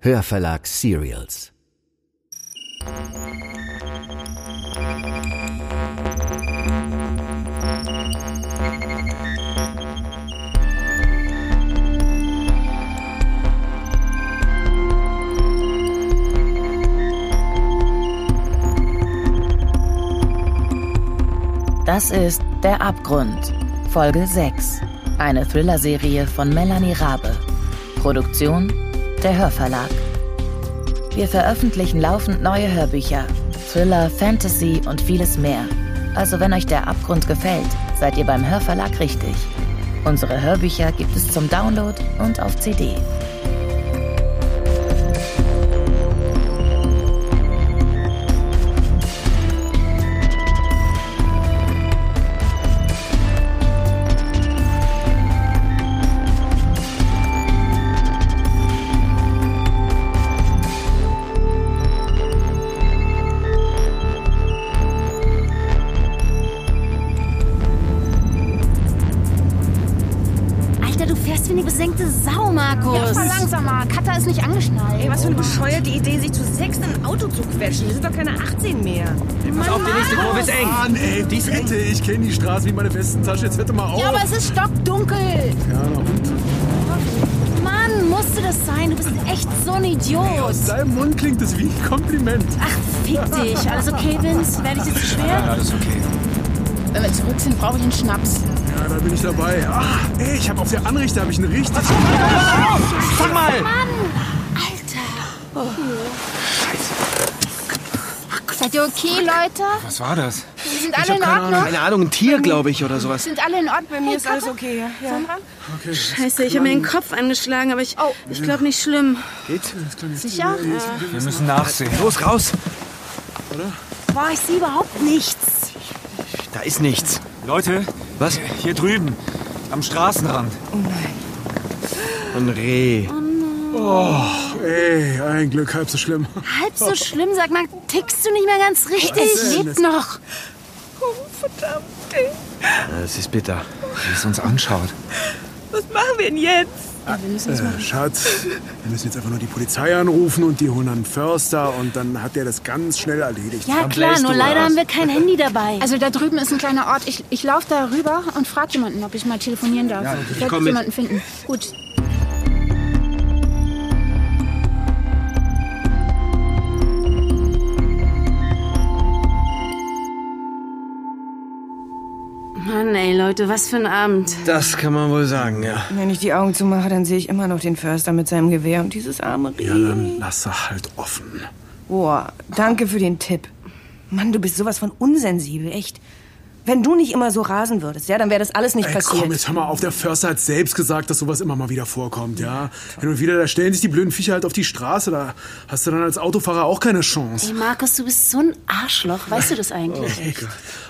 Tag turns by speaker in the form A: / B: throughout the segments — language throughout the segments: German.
A: Hörverlag Serials.
B: Das ist Der Abgrund, Folge 6. Eine Thriller-Serie von Melanie Rabe. Produktion der Hörverlag. Wir veröffentlichen laufend neue Hörbücher, Thriller, Fantasy und vieles mehr. Also wenn euch der Abgrund gefällt, seid ihr beim Hörverlag richtig. Unsere Hörbücher gibt es zum Download und auf CD.
C: Alter, du fährst wie eine besenkte Sau, Markus.
D: Ja, fahr langsamer.
C: Katha ist nicht angeschnallt.
D: Ey, was für eine bescheuerte Idee, sich zu sechs in ein Auto zu quetschen. Wir sind doch keine 18 mehr.
E: Pass auf, die nächste Kurve ist eng.
F: Mann, ey, die Bitte, ich kenne die Straße wie meine festen Tasche. Jetzt hört doch mal auf.
C: Ja, aber es ist stockdunkel.
F: Ja, na und?
C: Mann, musste das sein? Du bist echt so ein Idiot.
F: Aus deinem Mund klingt das wie ein Kompliment.
G: Ah.
C: Ach, fick dich. Also, Alles okay, Vince? Werde ich jetzt schwer?
E: Alles okay.
G: Wenn wir zurück sind, brauche ich einen Schnaps.
F: Ja, da bin ich dabei. Ah, ey, ich habe auf der Anrichte habe ich einen richtig.
E: Fang mal!
C: Seid ihr okay, Leute?
E: Was war das?
D: Wir sind
E: Ich hab keine Ahnung. Keine Ahnung, ein Tier, glaube ich, oder sowas.
D: Sind alle in Ordnung? Bei mir ist alles okay. Ja. Sandra?
F: Okay,
H: Scheiße, ich habe mir den Kopf angeschlagen, aber ich, ich glaube nicht schlimm.
F: geht's?
H: Sicher?
E: Wir müssen nachsehen. Los, raus!
D: Boah, ich sehe überhaupt nichts.
E: Da ist nichts. Leute, was? Hier drüben, am Straßenrand. Oh nein. Ein Reh.
F: Ey, ein Glück, halb so schlimm.
C: Halb so schlimm, sag mal, tickst du nicht mehr ganz richtig?
F: Was denn?
C: Lebt noch.
E: Es ist bitter, wie es uns anschaut.
D: Was machen wir denn jetzt?
F: Äh, Schatz, wir müssen jetzt einfach nur die Polizei anrufen und die holen einen Förster und dann hat der das ganz schnell erledigt.
C: Ja, klar,
E: bläst
C: nur
E: du
C: leider
E: aus.
C: haben wir kein Handy dabei.
G: Also da drüben ist ein kleiner Ort. Ich, ich laufe da rüber und frage jemanden, ob ich mal telefonieren darf.
E: Ja, ich
G: Vielleicht
E: komm
G: wird
E: mit.
G: jemanden finden. Gut.
H: Mann, ey, Leute, was für ein Abend.
E: Das kann man wohl sagen, ja.
D: Wenn ich die Augen zumache, dann sehe ich immer noch den Förster mit seinem Gewehr und dieses arme Reh.
F: Ja, dann lass er halt offen.
D: Boah, danke für den Tipp. Mann, du bist sowas von unsensibel, echt. Wenn du nicht immer so rasen würdest, ja, dann wäre das alles nicht
F: Ey,
D: passiert.
F: komm, jetzt hör mal auf. Der Förster hat selbst gesagt, dass sowas immer mal wieder vorkommt, ja. Hin und wieder, da stellen sich die blöden Viecher halt auf die Straße. Da hast du dann als Autofahrer auch keine Chance.
C: Ey, Markus, du bist so ein Arschloch. Weißt du das eigentlich?
F: Ey, Gott.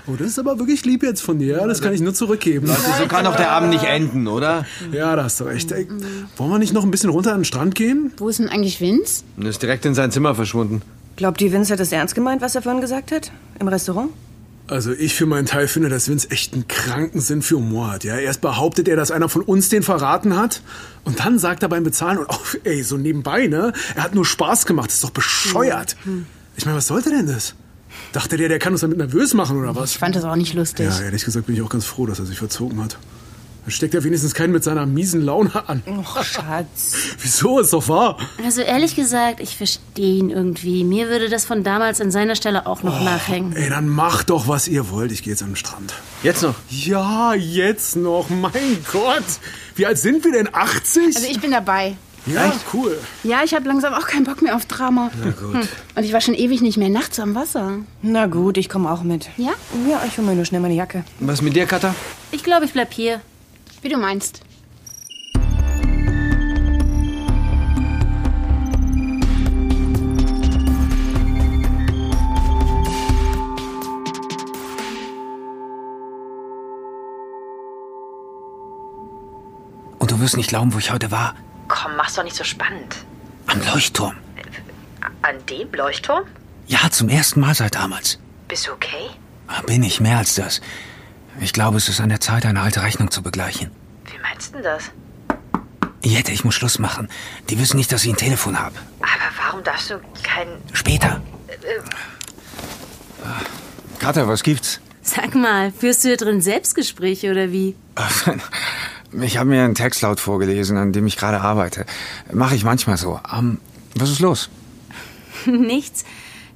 F: Oh, das ist aber wirklich lieb jetzt von dir. Ja, das kann ich nur zurückgeben.
E: So kann doch der Abend nicht enden, oder?
F: Ja, da hast du recht. Ey, wollen wir nicht noch ein bisschen runter an den Strand gehen?
G: Wo ist denn eigentlich Vince?
E: Und ist direkt in sein Zimmer verschwunden.
D: Glaubt ihr, Vince hat das ernst gemeint, was er vorhin gesagt hat? Im Restaurant?
F: Also ich für meinen Teil finde, dass Vince echt einen kranken Sinn für Humor hat. Ja, erst behauptet er, dass einer von uns den verraten hat und dann sagt er beim Bezahlen und auch, ey, so nebenbei, ne? Er hat nur Spaß gemacht. Das ist doch bescheuert.
G: Mhm.
F: Ich meine, was sollte denn das? Dachte der, der kann uns damit nervös machen oder was?
G: Ich fand das auch nicht lustig.
F: Ja, ehrlich gesagt bin ich auch ganz froh, dass er sich verzogen hat. Dann steckt er wenigstens keinen mit seiner miesen Laune an.
G: Mhm.
D: Och, Schatz.
F: Wieso? Ist doch wahr.
E: Oh.
C: Also ehrlich gesagt, ich verstehe ihn irgendwie. Mir würde das von damals an seiner Stelle auch
E: Oh.
C: noch nachhängen.
F: Ey, dann macht doch, was ihr wollt. Ich gehe jetzt an den Strand.
E: Jetzt noch.
F: Ja, jetzt noch. Mein Gott. Wie alt sind wir denn? 80?
G: Also ich bin dabei.
F: ja, cool.
G: Ja, ich habe langsam auch keinen Bock mehr auf Drama. Na gut. Und ich war schon ewig nicht mehr nachts am Wasser.
D: Na gut, ich komme auch mit.
G: Ja?
D: Ja, ich hole mir nur schnell meine Jacke.
E: Was mit dir, Katha?
C: Ich glaube, ich bleib hier.
G: Wie du meinst.
I: Und du wirst nicht glauben, wo ich heute war.
J: Komm, mach's doch nicht so spannend.
I: Am Leuchtturm.
J: An dem Leuchtturm?
I: Ja, zum ersten Mal seit damals.
J: Bist du okay?
I: Ah, Bin ich mehr als das. Ich glaube, es ist an der Zeit, eine alte Rechnung zu begleichen.
J: Wie meinst du denn das?
I: Jette, ich muss Schluss machen. Die wissen nicht, dass ich ein Telefon habe.
J: Aber warum darfst du kein...
I: Später.
J: Äh,
E: Kater, was gibt's?
C: Sag mal, führst du hier drin Selbstgespräche oder wie?
E: Ich habe mir einen Text laut vorgelesen, an dem ich gerade arbeite. Mache ich manchmal so. Ähm, was ist los?
C: Nichts.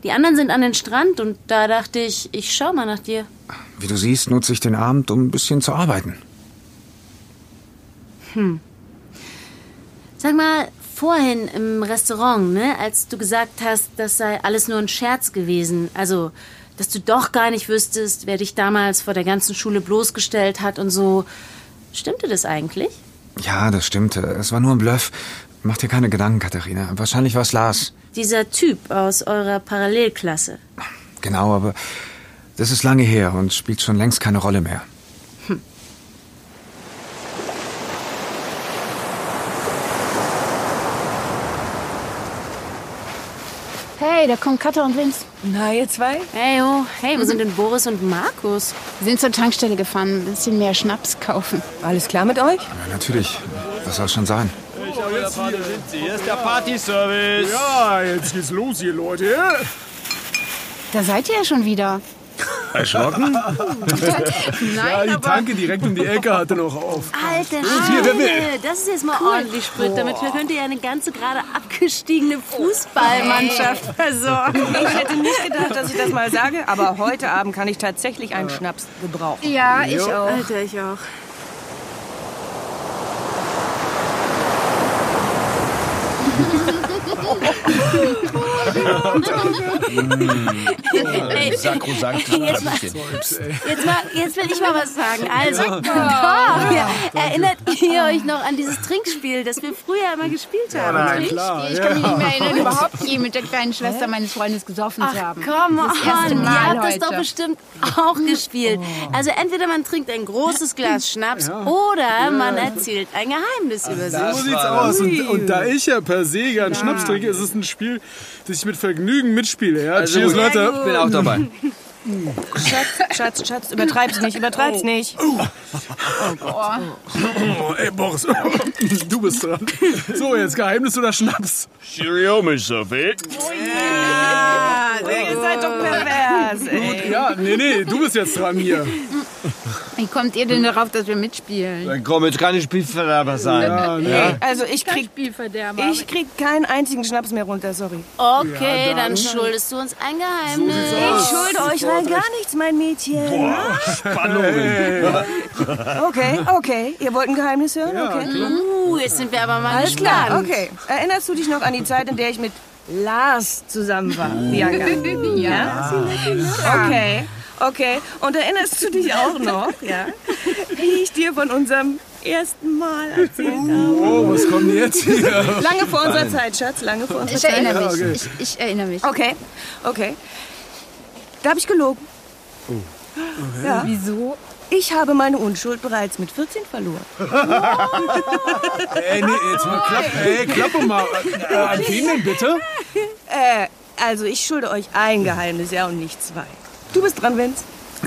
C: Die anderen sind an den Strand und da dachte ich, ich schau mal nach dir.
E: Wie du siehst, nutze ich den Abend, um ein bisschen zu arbeiten.
C: Hm. Sag mal, vorhin im Restaurant, ne, als du gesagt hast, das sei alles nur ein Scherz gewesen, also dass du doch gar nicht wüsstest, wer dich damals vor der ganzen Schule bloßgestellt hat und so. Stimmte das eigentlich?
E: Ja, das stimmte. Es war nur ein Bluff. Mach dir keine Gedanken, Katharina. Wahrscheinlich war's Lars.
C: Dieser Typ aus eurer Parallelklasse.
E: Genau, aber das ist lange her und spielt schon längst keine Rolle mehr.
G: Hey, da kommen Katja und Vince.
D: Na, ihr zwei?
C: Hey, oh, hey, wo sind denn Boris und Markus?
G: Wir sind zur Tankstelle gefahren, ein bisschen mehr Schnaps kaufen.
D: Alles klar mit euch?
E: Ja, natürlich. Was soll schon sein?
K: Hier ist der Partyservice.
F: Ja, jetzt geht's los hier, Leute.
G: Da seid ihr ja schon wieder.
F: Erschrocken? ja,
G: Nein,
F: die
G: aber-
F: Tanke direkt um die Ecke hatte noch auf.
C: Alter
F: hier, wer will?
C: Schwede, das ist jetzt mal ordentlich Sprit. Damit könnt ihr ja eine ganze gerade abgestiegene Fußballmannschaft versorgen.
D: Ich hätte nicht gedacht, dass ich das mal sage, aber heute Abend kann ich tatsächlich einen Schnaps gebrauchen.
G: Ja, ich
D: Jo.
G: auch.
H: Alter, ich auch.
F: Äh,
C: Ey,
K: Sakrosankt.
C: ey, jetzt, mal, jetzt, mal, jetzt will ich mal was sagen. Also, komm, erinnert ihr euch noch an dieses Trinkspiel, das wir früher immer gespielt haben?
G: Klar, ich kann mich nicht mehr erinnern, überhaupt je mit der kleinen Schwester meines Freundes gesoffen zu haben.
C: Komm on,
G: Das erste
C: ihr
G: Mal
C: habt das doch
G: heute.
C: bestimmt auch gespielt. Also entweder man trinkt ein großes Glas Schnaps oder man erzählt ein Geheimnis über
F: So
C: sich.
F: sieht's aus. Und, und da ich ja per se gern Schnaps trinke, ist es ein Spiel, das ich mit Vergnügen mitspiele. Ja,
K: Also
F: Cheers,
K: gut.
F: Leute.
K: Ich bin auch dabei.
D: Schatz, Schatz, Schatz, übertreib's nicht, übertreib's nicht.
F: Oh, ey, Boris, du bist dran. So, jetzt Geheimnis oder Schnaps?
K: Cheerio, mich so viel.
D: Ihr seid doch pervers, ey.
F: Ja, nee, nee, du bist jetzt dran hier.
G: Wie kommt ihr denn darauf, dass wir mitspielen?
K: Dann komm, jetzt kann ich Spielverderber sein.
F: Ah,
D: Ey, Also ich
G: Kein
D: krieg,
G: Spielverderber.
D: ich krieg keinen einzigen Schnaps mehr runter, sorry.
C: Okay,
F: Ja, dann-
C: dann, schuldest du uns ein Geheimnis.
D: Ich schulde euch rein gar nichts, mein Mädchen. Spannung. Okay, okay. Ihr wollt ein Geheimnis hören? Okay.
C: uh, jetzt sind wir aber mal
D: Alles klar,
C: gespannt.
D: okay. Erinnerst du dich noch an die Zeit, in der ich mit Lars zusammen war, Bianca?
G: ja.
D: Okay, okay. Und erinnerst du dich auch noch, ja, wie ich dir von unserem ersten Mal erzählt habe?
F: Oh, was kommt denn jetzt hier?
D: Lange vor unserer Zeit, Schatz, lange vor unserer
G: Ich
D: Zeit.
G: erinnere mich. Ich, ich erinnere mich.
D: Okay, okay. Da habe ich gelogen. Ja.
G: Oh. Wieso?
D: Ich habe meine Unschuld bereits mit 14 verloren.
F: Ey, nee, jetzt mal klapp, ey, klappe mal. Äh, an wen denn bitte?
D: Äh, also ich schulde euch ein Geheimnis, ja, und nicht zwei. Du bist dran, Vince.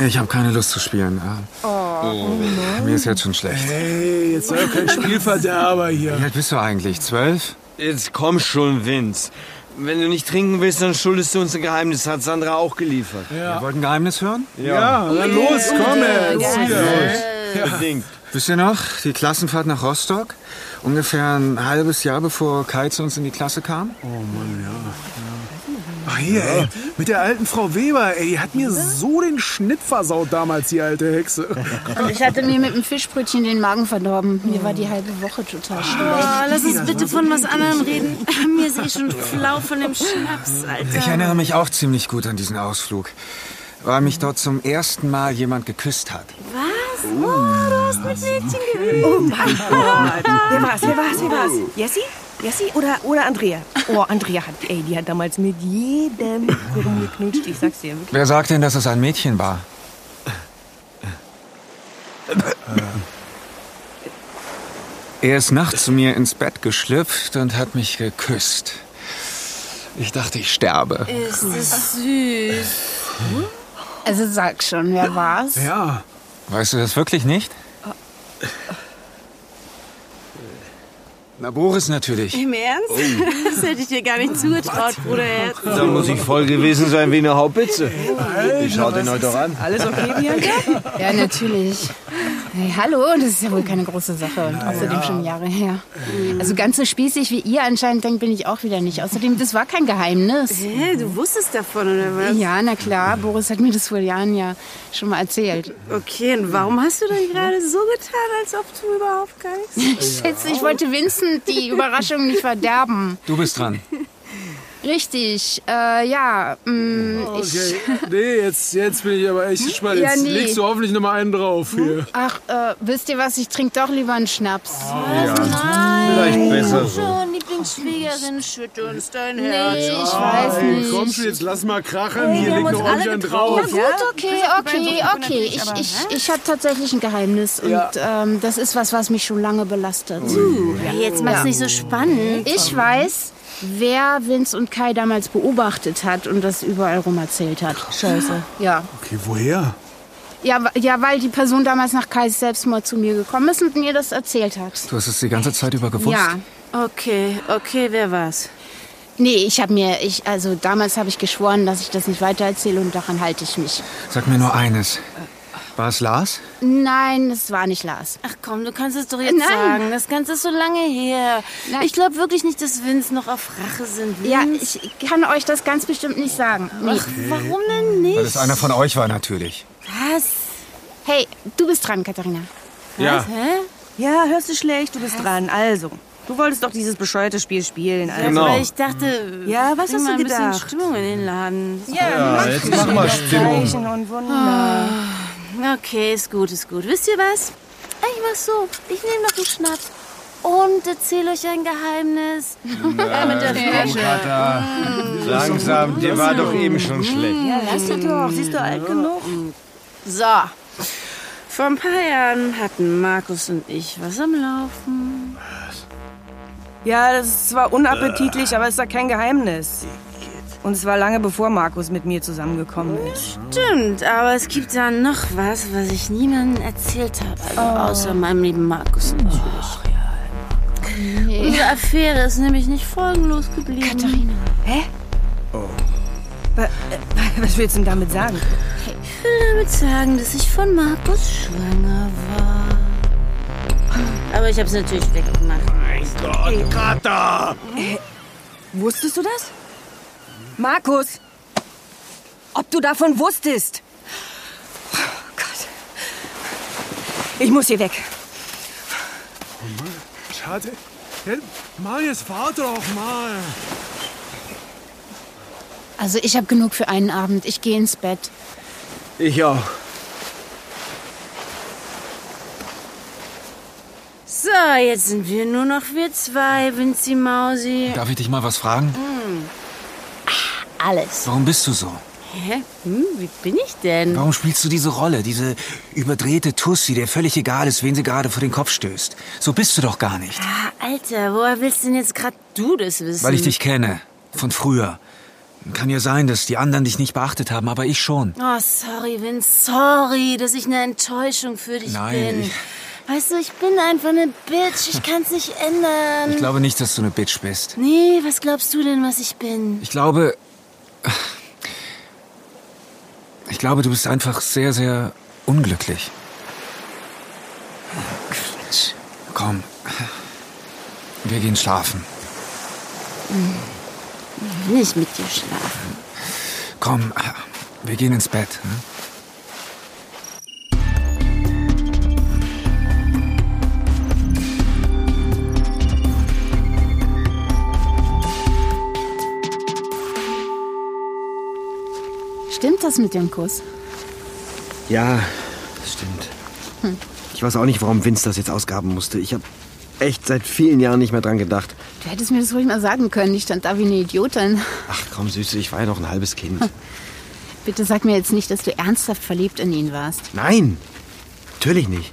E: Ich habe keine Lust zu spielen. Oh, Mir ist jetzt schon schlecht.
F: Ey, jetzt sei doch kein Spielverderber
E: Wie
F: hier.
E: alt bist du eigentlich? Zwölf?
K: Jetzt komm schon, Vince. Wenn du nicht trinken willst, dann schuldest du uns ein Geheimnis. Hat Sandra auch geliefert.
E: Ihr wollt ein Geheimnis hören?
F: Ja, dann los, komm jetzt.
K: Unbedingt.
E: Wisst ihr noch, die Klassenfahrt nach Rostock? Ungefähr ein halbes Jahr, bevor Kai zu uns in die Klasse kam?
F: Ach Ah, hier, ey, mit der alten Frau Weber, ey, die hat mir so den Schnitt versaut damals, die alte Hexe.
G: Und ich hatte mir mit dem Fischbrötchen den Magen verdorben. Mir war die halbe Woche total schlecht.
H: Oh, lass uns bitte von was anderem reden. Mir ist eh schon flau von dem Schnaps, Alter.
E: Ich erinnere mich auch ziemlich gut an diesen Ausflug, weil mich dort zum ersten Mal jemand geküsst hat.
H: Was? Oh, du hast mit Mädchen geübt.
D: Oh mein Gott. Wer war's, wer war's, wer war's? Jessie? Jessie oder, oder Andrea? Oh, Andrea hat, ey, die hat damals mit jedem rumgeknutscht, ich sag's dir. wirklich.
E: Wer sagt denn, dass es ein Mädchen war? Er ist nachts zu mir ins Bett geschlüpft und hat mich geküsst. Ich dachte, ich sterbe.
H: Ist das süß.
G: Also sag schon, wer war's?
F: Ja,
E: Weißt du das wirklich nicht?
L: Na, Boris natürlich.
C: Im Ernst? Das hätte ich dir gar nicht zugetraut, Bruder. Herz.
K: Da muss ich voll gewesen sein wie eine Haubitze. Ich schau den heute doch an.
G: Alles okay, Bianca? Ja, natürlich. Hey, hallo, das ist ja wohl keine große Sache und außerdem schon Jahre her. Also ganz so spießig wie ihr anscheinend denkt, bin ich auch wieder nicht. Außerdem, das war kein Geheimnis.
C: Hä, du wusstest davon, oder was?
G: Ja, na klar, Boris hat mir das vor Jahren ja schon mal erzählt.
C: Okay, und warum hast du denn gerade so getan, als ob du überhaupt gar nichts...
G: Schätz, ich wollte Vincent die Überraschung nicht verderben.
L: Du bist dran.
G: Richtig, äh, ja, mm, ich...
F: Nee, jetzt, jetzt bin ich aber echt gespannt.
G: Ja,
F: Jetzt
G: nee.
F: legst du hoffentlich nochmal einen drauf hier.
G: Ach, äh, wisst ihr was, ich trinke doch lieber einen Schnaps.
K: Vielleicht besser so.
C: Schon, Lieblingsschwägerin, schütte uns dein
G: Nee,
C: Herz.
G: ich weiß
F: Hey,
G: nicht.
F: komm schon, jetzt lass mal krachen. hier
C: haben
F: legt
C: uns
F: noch
C: alle
F: ordentlich einen
C: getraut.
F: drauf.
C: Ja,
G: Gut, okay, okay, okay. Ich,
C: aber,
G: ich, ich habe tatsächlich ein Geheimnis und ähm, das ist was, was mich schon lange belastet.
M: Hey, jetzt mach's nicht so
C: Mhm.
M: spannend.
G: Ich weiß, wer Vince und Kai damals beobachtet hat und das überall rum erzählt hat. Scheiße. Ja.
F: Okay, woher?
G: Ja, wa- ja, weil die Person damals nach Kais Selbstmord zu mir gekommen ist und mir das erzählt hat.
L: Du hast es die ganze Zeit über gewusst.
G: Ja.
C: Okay, okay, wer war's?
G: Nee, ich habe mir, ich, also damals habe ich geschworen, dass ich das nicht weitererzähle und daran halte ich mich.
L: Sag mir nur eines. War es Lars?
G: Nein, das war nicht Lars.
C: Ach komm, du kannst es doch jetzt
G: Nein.
C: sagen. Das Ganze ist so lange her.
G: Nein.
C: Ich glaube wirklich nicht, dass Vince noch auf Rache sind.
G: Ja, ich kann euch das ganz bestimmt nicht sagen. Nee.
C: Warum denn nicht?
L: Weil es einer von euch war natürlich.
C: Was?
G: Hey, du bist dran, Katharina.
L: Ja.
C: Hä?
D: Ja, hörst du schlecht, du bist dran. Also, du wolltest doch dieses bescheuerte Spiel spielen. Also.
K: Genau.
C: Weil ich dachte,
D: Ja, was
C: bring mal
D: hast du
C: ein bisschen
D: gedacht?
C: Stimmung in den Laden.
K: Ja, jetzt mach mal Stimmung.
D: Zeichen und Wunder.
C: Okay, ist gut, ist gut. Wisst ihr was? Ich mach's so. Ich nehme noch einen Schnaps und erzähle euch ein Geheimnis. Ja, mit der Flasche.
K: Langsam, dir war doch eben schon schlecht.
D: Ja, Oh. lass dich doch. Siehst du alt genug?
C: So. Vor ein paar Jahren hatten Markus und ich was am Laufen.
D: Ja, das ist zwar unappetitlich, aber es ist ja kein Geheimnis. Und es war lange bevor Markus mit mir zusammengekommen ist.
C: Stimmt, aber es gibt da noch was, was ich niemandem erzählt habe. Also außer meinem lieben Markus natürlich. Unsere Affäre ist nämlich nicht folgenlos geblieben.
D: Wa- äh, Was willst du denn damit sagen?
C: Ich will damit sagen, dass ich von Markus schwanger war. Aber ich hab's natürlich weggemacht.
D: Wusstest du das? Markus! Ob du davon wusstest? Oh Gott. Ich muss hier weg.
F: Schade. Ja, Mann, jetzt fahr doch mal.
G: Also ich habe genug für einen Abend. Ich gehe ins Bett.
K: Ich auch.
C: So, jetzt sind wir nur noch wir zwei, Vinzi Mausi.
L: Darf ich dich mal was fragen?
C: Alles.
L: Warum bist du so?
C: Hä? Hm, wie bin ich denn?
E: Warum spielst du diese Rolle? Diese überdrehte Tussi, der völlig egal ist, wen sie gerade vor den Kopf stößt. So bist du doch gar nicht.
C: Ah, Alter, woher willst denn jetzt gerade du das wissen?
E: Weil ich dich kenne. Von früher. Kann ja sein, dass die anderen dich nicht beachtet haben, aber ich schon.
C: Oh, sorry, Vince, sorry, dass ich eine Enttäuschung für dich
E: Nein,
C: bin.
E: ich-
C: Weißt du, ich bin einfach eine Bitch, ich kann's nicht ändern.
E: Ich glaube nicht, dass du eine Bitch bist.
C: nee, was glaubst du denn, was ich bin?
E: Ich glaube. Ich glaube, du bist einfach sehr, sehr unglücklich. Quatsch. Komm. Wir gehen schlafen.
C: Ich will nicht mit dir schlafen.
E: Komm, wir gehen ins Bett. Ne?
G: Stimmt das mit dem Kuss?
K: Ja, das stimmt. Ich weiß auch nicht, warum Vince das jetzt ausgaben musste. Ich habe echt seit vielen Jahren nicht mehr dran gedacht.
G: Du hättest mir das ruhig mal sagen können. Ich stand da wie eine Idiotin.
K: Ach komm, Süße, ich war ja noch ein halbes Kind.
G: Bitte sag mir jetzt nicht, dass du ernsthaft verliebt in ihn warst.
K: Nein, natürlich nicht.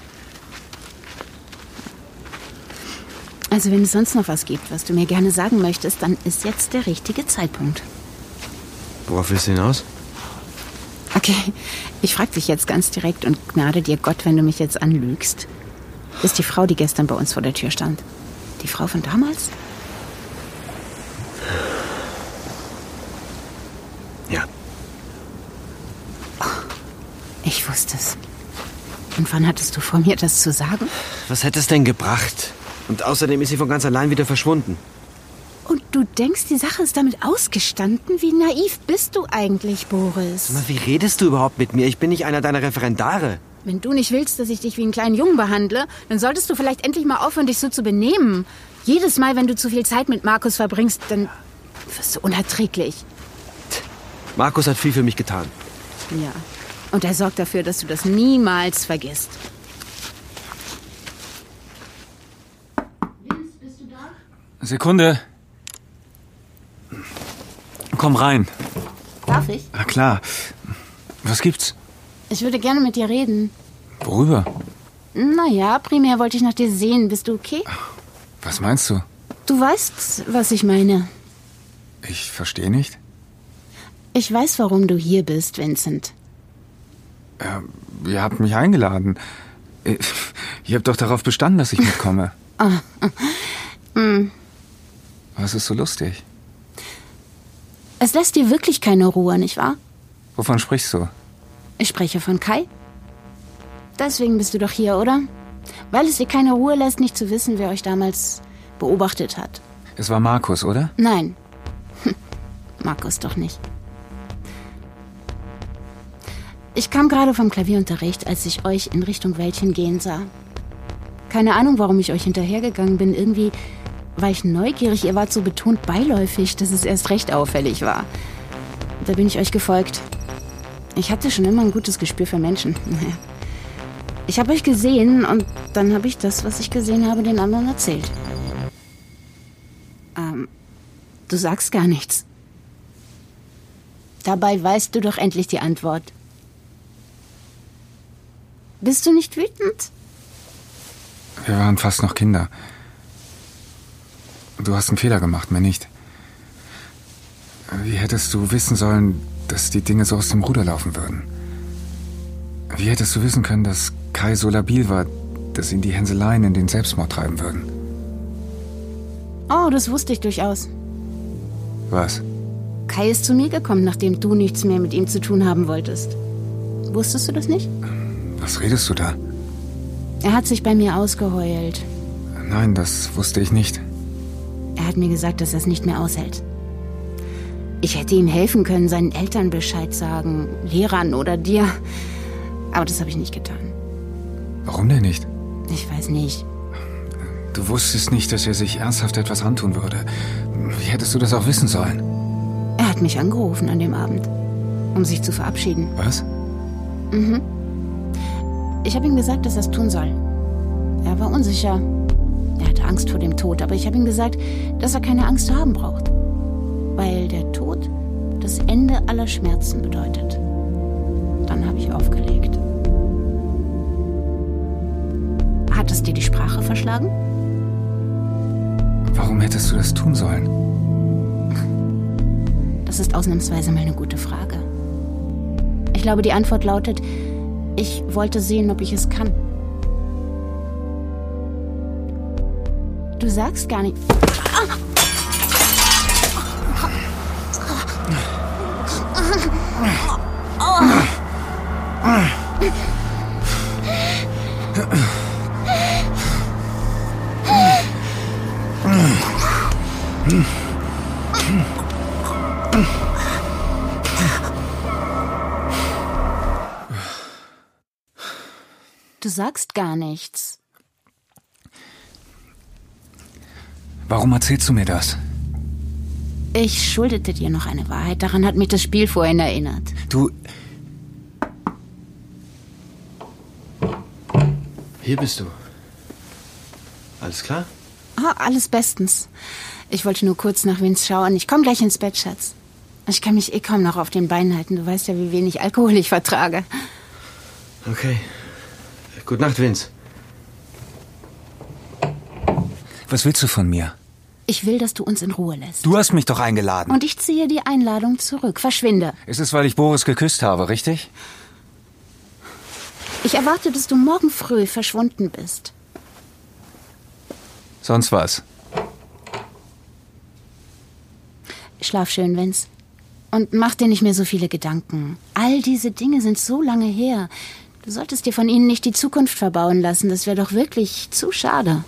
G: Also wenn es sonst noch was gibt, was du mir gerne sagen möchtest, dann ist jetzt der richtige Zeitpunkt.
K: Worauf willst du hinaus?
G: Okay, ich frag dich jetzt ganz direkt und gnade dir Gott, wenn du mich jetzt anlügst. Ist die Frau, die gestern bei uns vor der Tür stand. Die Frau von damals?
K: Ja.
G: Ich wusste es. Und wann hattest du vor mir das zu sagen?
K: Was hätte es denn gebracht? Und außerdem ist sie von ganz allein wieder verschwunden.
G: Und du denkst, die Sache ist damit ausgestanden? Wie naiv bist du eigentlich, Boris?
K: Sag mal, wie redest du überhaupt mit mir? Ich bin nicht einer deiner Referendare.
G: Wenn du nicht willst, dass ich dich wie einen kleinen Jungen behandle, dann solltest du vielleicht endlich mal aufhören, dich so zu benehmen. Jedes Mal, wenn du zu viel Zeit mit Markus verbringst, dann wirst du unerträglich.
K: Markus hat viel für mich getan.
G: Ja. Und er sorgt dafür, dass du das niemals vergisst.
E: Sekunde. Komm rein.
G: Darf ich?
E: Na klar. Was gibt's?
G: Ich würde gerne mit dir reden.
E: Worüber?
G: Naja, primär wollte ich nach dir sehen. Bist du okay?
E: Was meinst du?
G: Du weißt, was ich meine.
E: Ich verstehe nicht.
G: Ich weiß, warum du hier bist, Vincent.
E: Äh, ihr habt mich eingeladen. Äh, Ihr habt doch darauf bestanden, dass ich mitkomme.
G: Ah, hm.
E: Was ist so lustig?
G: Es lässt dir wirklich keine Ruhe, nicht wahr?
E: Wovon sprichst du?
G: Ich spreche von Kai. Deswegen bist du doch hier, oder? Weil es dir keine Ruhe lässt, nicht zu wissen, wer euch damals beobachtet hat.
E: Es war Markus, oder?
G: Nein. Hm, Markus doch nicht. Ich kam gerade vom Klavierunterricht, als ich euch in Richtung Wäldchen gehen sah. Keine Ahnung, warum ich euch hinterhergegangen bin. Irgendwie war ich neugierig. Ihr wart so betont beiläufig, dass es erst recht auffällig war. Da bin ich euch gefolgt. Ich hatte schon immer ein gutes Gespür für Menschen. Naja. Ich habe euch gesehen und dann habe ich das, was ich gesehen habe, den anderen erzählt. Ähm, du sagst gar nichts. Dabei weißt du doch endlich die Antwort. Bist du nicht wütend?
E: Wir waren fast noch Kinder. Du hast einen Fehler gemacht, mir nicht. Wie hättest du wissen sollen, dass die Dinge so aus dem Ruder laufen würden? Wie hättest du wissen können, dass Kai so labil war, dass ihn die Hänseleien in den Selbstmord treiben würden?
G: Oh, das wusste ich durchaus.
E: Was?
G: Kai ist zu mir gekommen, nachdem du nichts mehr mit ihm zu tun haben wolltest. Wusstest du das nicht?
E: Was redest du da?
G: Er hat sich bei mir ausgeheult.
E: Nein, das wusste ich nicht.
G: Er hat mir gesagt, dass er es nicht mehr aushält. Ich hätte ihm helfen können, seinen Eltern Bescheid sagen, Lehrern oder dir. Aber das habe ich nicht getan.
E: Warum denn nicht?
G: Ich weiß nicht.
E: Du wusstest nicht, dass er sich ernsthaft etwas antun würde. Wie hättest du das auch wissen sollen?
G: Er hat mich angerufen an dem Abend, um sich zu verabschieden.
E: Was?
G: Mhm. Ich habe ihm gesagt, dass er es tun soll. Er war unsicher. Er hatte Angst vor dem Tod, aber ich habe ihm gesagt, dass er keine Angst zu haben braucht. Weil der Tod das Ende aller Schmerzen bedeutet. Dann habe ich aufgelegt. Hat es dir die Sprache verschlagen?
E: Warum hättest du das tun sollen?
G: Das ist ausnahmsweise mal eine gute Frage. Ich glaube, die Antwort lautet, ich wollte sehen, ob ich es kann. Du sagst gar nicht. Du sagst gar nichts.
E: Warum erzählst du mir das?
G: Ich schuldete dir noch eine Wahrheit. Daran hat mich das Spiel vorhin erinnert.
E: Du.
K: Hier bist du. Alles klar?
G: Ah, alles bestens. Ich wollte nur kurz nach Vince schauen. Ich komme gleich ins Bett, Schatz. Ich kann mich eh kaum noch auf den Beinen halten. Du weißt ja, wie wenig Alkohol ich vertrage.
K: Okay. Gute Nacht, Vince.
E: Was willst du von mir?
G: Ich will, dass du uns in Ruhe lässt.
E: Du hast mich doch eingeladen.
G: Und ich ziehe die Einladung zurück. Verschwinde.
E: Es ist, weil ich Boris geküsst habe, richtig?
G: Ich erwarte, dass du morgen früh verschwunden bist.
E: Sonst was.
G: Schlaf schön, Vince. Und mach dir nicht mehr so viele Gedanken. All diese Dinge sind so lange her. Du solltest dir von ihnen nicht die Zukunft verbauen lassen. Das wäre doch wirklich zu schade.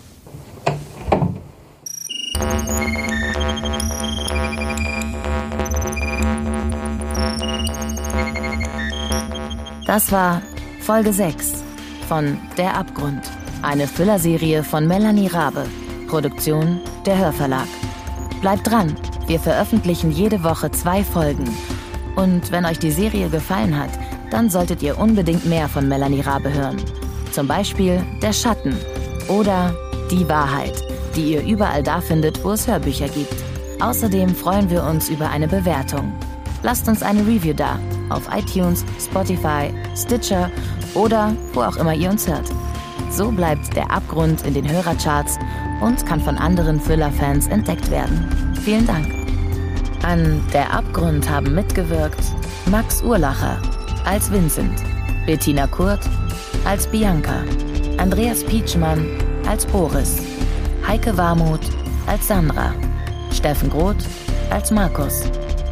B: Das war Folge 6 von Der Abgrund. Eine Füllerserie von Melanie Rabe. Produktion der Hörverlag. Bleibt dran, wir veröffentlichen jede Woche zwei Folgen. Und wenn euch die Serie gefallen hat, dann solltet ihr unbedingt mehr von Melanie Rabe hören. Zum Beispiel Der Schatten oder Die Wahrheit, die ihr überall da findet, wo es Hörbücher gibt. Außerdem freuen wir uns über eine Bewertung. Lasst uns eine Review da auf iTunes, Spotify, Stitcher oder wo auch immer ihr uns hört. So bleibt der Abgrund in den Hörercharts und kann von anderen Thriller-Fans entdeckt werden. Vielen Dank. An Der Abgrund haben mitgewirkt Max Urlacher als Vincent, Bettina Kurt als Bianca, Andreas Pietschmann als Boris, Heike Warmuth als Sandra, Steffen Groth als Markus,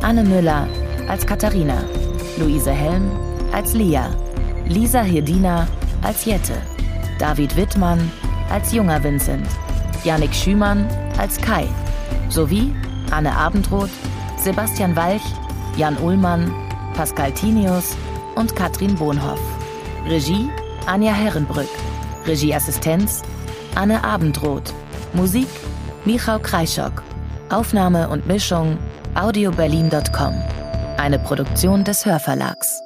B: Anne Müller als Katharina, Luise Helm als Lia, Lisa Hirdina als Jette, David Wittmann als junger Vincent, Yannick Schümann als Kai, sowie Anne Abendroth, Sebastian Walch, Jan Ullmann, Pascal Tinius und Katrin Bohnhoff. Regie Anja Herrenbrück. Regieassistenz Anne Abendroth. Musik Michał Kreischock. Aufnahme und Mischung audioberlin.com. Eine Produktion des Hörverlags.